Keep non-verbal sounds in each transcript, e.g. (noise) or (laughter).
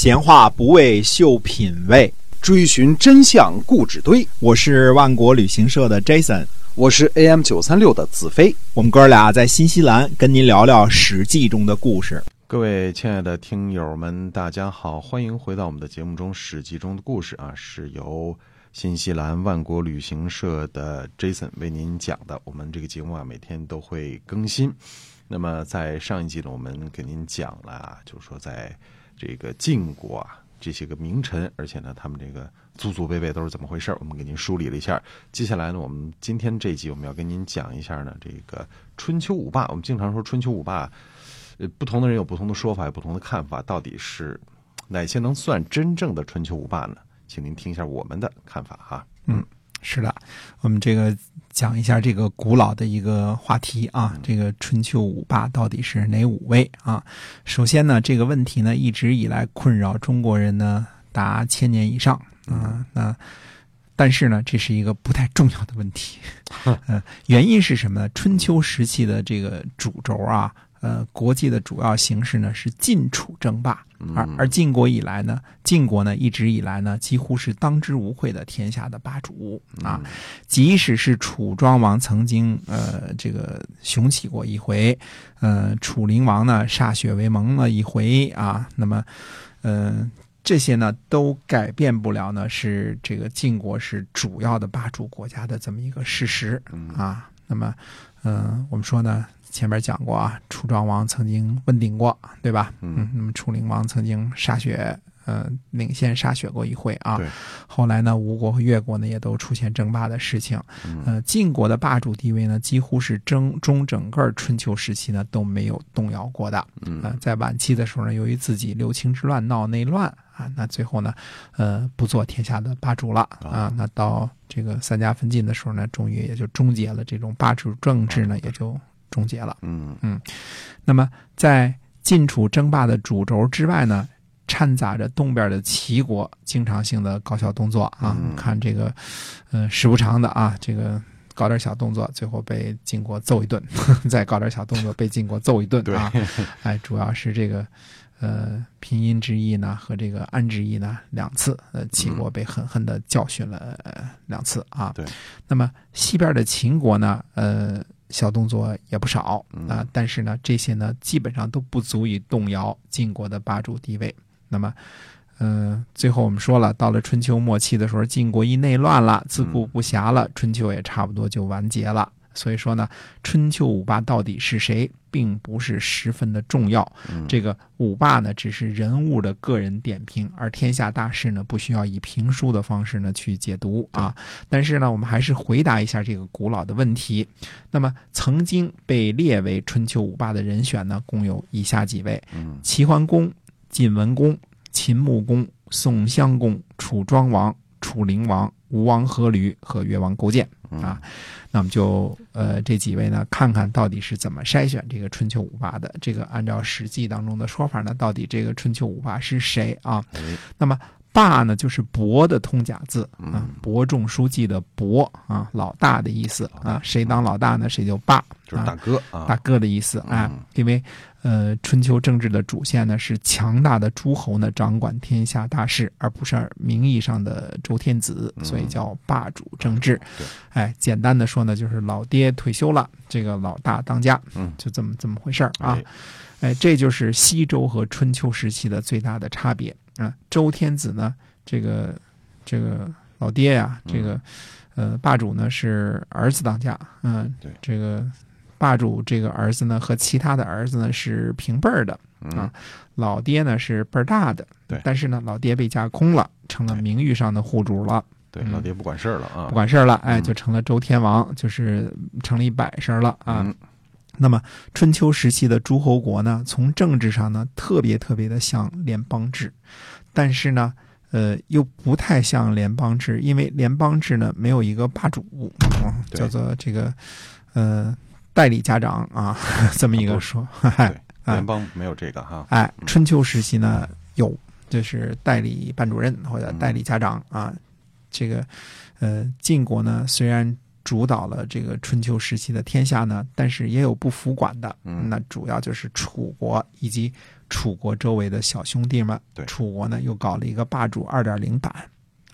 闲话不为秀品味，追寻真相固执堆。我是万国旅行社的 Jason，我是 AM 九三六的子飞。我们哥俩在新西兰跟您聊聊《史记》中的故事。各位亲爱的听友们，大家好，欢迎回到我们的节目中，《史记》中的故事啊，是由新西兰万国旅行社的 Jason 为您讲的。我们这个节目啊，每天都会更新。那么在上一集呢，我们给您讲了啊，就是说在这个晋国啊，这些个名臣，而且呢，他们这个祖祖辈辈都是怎么回事儿，我们给您梳理了一下。接下来呢，我们今天这一集我们要跟您讲一下呢，这个春秋五霸。我们经常说春秋五霸。呃，不同的人有不同的说法，有不同的看法，到底是哪些能算真正的春秋五霸呢？请您听一下我们的看法哈。是的，我们这个讲一下这个古老的一个话题啊，这个春秋五霸到底是哪五位啊？首先呢，这个问题呢一直以来困扰中国人呢达千年以上嗯啊、那但是呢，这是一个不太重要的问题。 (laughs) 呃，原因是什么呢？春秋时期的这个主轴啊，呃，国际的主要形势呢是晋楚争霸，嗯而而晋国以来呢，晋国呢一直以来呢几乎是当之无愧的天下的霸主嗯啊。即使是楚庄王曾经呃这个雄起过一回，呃，楚灵王呢歃血为盟了一回啊，那么，呃。这些呢都改变不了呢，是这个晋国是主要的霸主国家的这么一个事实嗯啊。那么，呃，我们说呢，前面讲过啊，楚庄王曾经问鼎过，对吧？嗯，那么楚灵王曾经歃血，呃，领先歃血过一回啊对。后来呢，吴国和越国呢也都出现争霸的事情。嗯呃，晋国的霸主地位呢，几乎是整中整个春秋时期呢都没有动摇过的。嗯呃，在晚期的时候呢，由于自己六卿之乱闹内乱啊，那最后呢，呃，不做天下的霸主了啊。那到这个三家分晋的时候呢，终于也就终结了这种霸主政治呢，也就终结了。嗯那么在晋楚争霸的主轴之外呢，掺杂着东边的齐国经常性的搞小动作啊，嗯看这个，呃，时不常的啊，这个。搞点小动作，最后被晋国揍一顿； (laughs) 再搞点小动作，被晋国揍一顿啊！哎，主要是这个，呃，平阴之役呢和这个安之役呢两次，呃，齐国被狠狠的教训了、呃两次啊。嗯对。那么西边的秦国呢，呃，小动作也不少啊、但是呢，这些呢基本上都不足以动摇晋国的霸主地位。那么，呃，最后我们说了，到了春秋末期的时候，晋国一内乱了，自顾不暇了，春秋也差不多就完结了。所以说呢，春秋五霸到底是谁，并不是十分的重要。嗯这个五霸呢，只是人物的个人点评，而天下大事呢，不需要以评书的方式呢去解读啊。但是呢，我们还是回答一下这个古老的问题。那么，曾经被列为春秋五霸的人选呢，共有以下几位：嗯齐桓公、晋文公、秦穆公、宋襄公、楚庄王、楚灵王、吴王阖闾和越王勾践嗯啊。那我们就呃这几位呢，看看到底是怎么筛选这个春秋五霸的。这个按照《史记》当中的说法呢，到底这个春秋五霸是谁啊？哎那么霸呢，就是伯的通假字嗯啊，伯仲叔季的伯啊，老大的意思啊，谁当老大呢，谁就霸，就是大啊哥啊，嗯大哥的意思啊，因为呃，春秋政治的主线呢是强大的诸侯呢掌管天下大事，而不是名义上的周天子，所以叫霸主政治。嗯对哎，简单的说呢，就是老爹退休了，这个老大当家，嗯就这么这么回事儿啊。哎哎，这就是西周和春秋时期的最大的差别啊。周天子呢，这个这个老爹呀、这个呃霸主呢是儿子当家，嗯、嗯对这个霸主这个儿子呢和其他的儿子呢是平辈儿的嗯啊，老爹呢是辈儿大的，对但是呢老爹被架空了，成了名誉上的户主了。对，老爹不管事儿了啊嗯不，管事儿了，哎，就成了周天王，就是成了一百事儿了啊。嗯那么春秋时期的诸侯国呢，从政治上呢，特别特别的像联邦制，但是呢，呃，又不太像联邦制，因为联邦制呢没有一个霸主，啊对叫做这个呃代理家长啊， (laughs) 这么一个说。嗨对，联邦没有这个哈，哎，春秋时期呢有，就是代理班主任或者代理家长啊。这个，呃，晋国呢虽然主导了这个春秋时期的天下呢，但是也有不服管的。那主要就是楚国以及楚国周围的小兄弟们。对楚国呢又搞了一个霸主二点零版，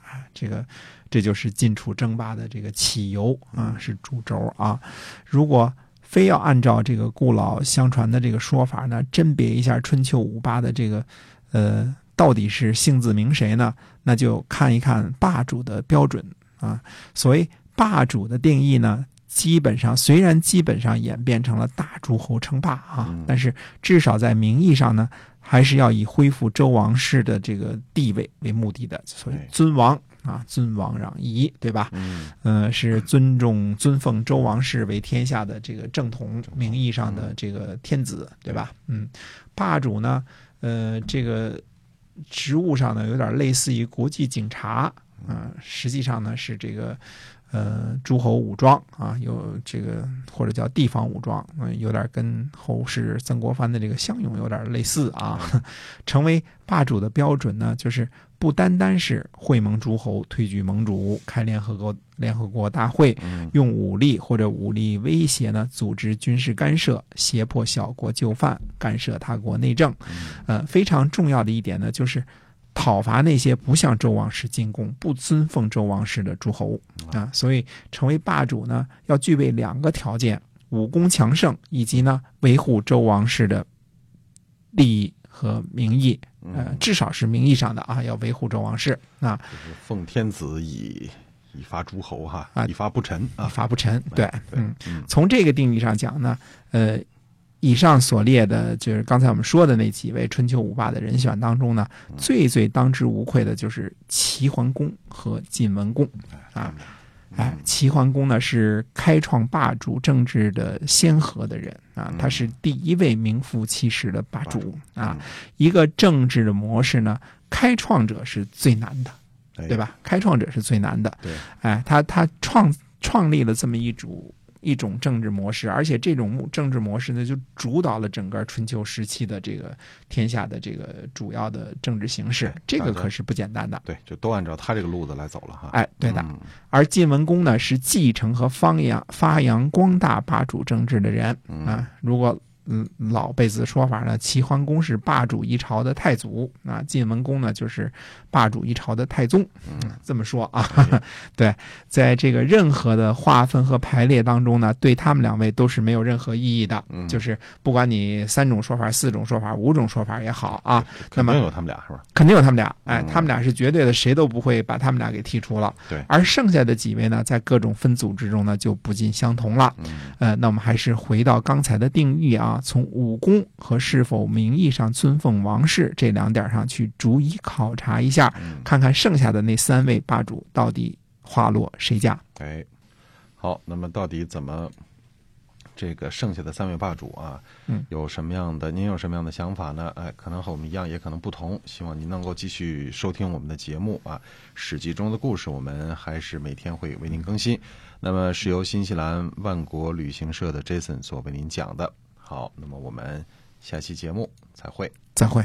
啊，这个这就是晋楚争霸的这个起由啊，是主轴啊。如果非要按照这个故老相传的这个说法呢，甄别一下春秋五霸的这个呃到底是姓字名谁呢？那就看一看霸主的标准啊。所谓霸主的定义呢，基本上虽然基本上演变成了大诸侯称霸啊嗯，但是至少在名义上呢，还是要以恢复周王室的这个地位为目的的，所以对尊王啊，尊王攘夷，对吧？嗯，呃，是尊重尊奉周王室为天下的这个正统嗯名义上的这个天子，对吧？嗯，霸主呢，呃，这个职务上呢，有点类似于国际警察，啊、实际上呢是这个。呃，诸侯武装啊，有这个或者叫地方武装，嗯、有点跟后世曾国藩的这个项勇有点类似啊。 (laughs) 成为霸主的标准呢，就是不单单是会盟诸侯推举盟主，开联合国联合国大会，嗯用武力或者武力威胁呢，组织军事干涉，胁迫小国就范，干涉他国内政。呃，非常重要的一点呢，就是讨伐那些不向周王室进贡、不尊奉周王室的诸侯啊。所以，成为霸主呢，要具备两个条件：武功强盛，以及呢维护周王室的利益和名义。嗯呃，至少是名义上的啊，要维护周王室啊。就是奉天子以以发诸侯哈啊，以发不臣啊，法不沉，对，嗯嗯，从这个定义上讲呢，呃，以上所列的，就是刚才我们说的那几位春秋五霸的人选当中呢，最最当之无愧的就是齐桓公和晋文公啊。哎，齐桓公呢是开创霸主政治的先河的人啊，他是第一位名副其实的霸主啊。一个政治的模式呢，开创者是最难的，哎对？吧？开创者是最难的。对，哎，他他创创立了这么一组一种政治模式，而且这种政治模式呢，就主导了整个春秋时期的这个天下的这个主要的政治形势哎，这个大家可是不简单的。对，就都按照他这个路子来走了哈。哎，对的。嗯而晋文公呢，是继承和发扬发扬光大霸主政治的人嗯啊。如果嗯老辈子说法呢，齐桓公是霸主一朝的太祖，啊，晋文公呢就是霸主一朝的太宗。嗯，这么说啊， (laughs) 对，在这个任何的划分和排列当中呢，对他们两位都是没有任何意义的。嗯，就是不管你三种说法、四种说法、五种说法也好啊，那肯么定有他们俩是吧？肯定有他们俩，哎嗯，他们俩是绝对的，谁都不会把他们俩给剔除了。对而剩下的几位呢，在各种分组之中呢，就不尽相同了。呃，那我们还是回到刚才的定义啊，从武功和是否名义上尊奉王室这两点上去逐一考察一下，看看剩下的那三位霸主到底花落谁家。哎，好，那么到底怎么这个剩下的三位霸主啊，嗯有什么样的您有什么样的想法呢？哎，可能和我们一样，也可能不同。希望您能够继续收听我们的节目啊，《史记》中的故事，我们还是每天会为您更嗯新。那么是由新西兰万国旅行社的 Jason 所为您讲的。好，那么我们下期节目再会。再会。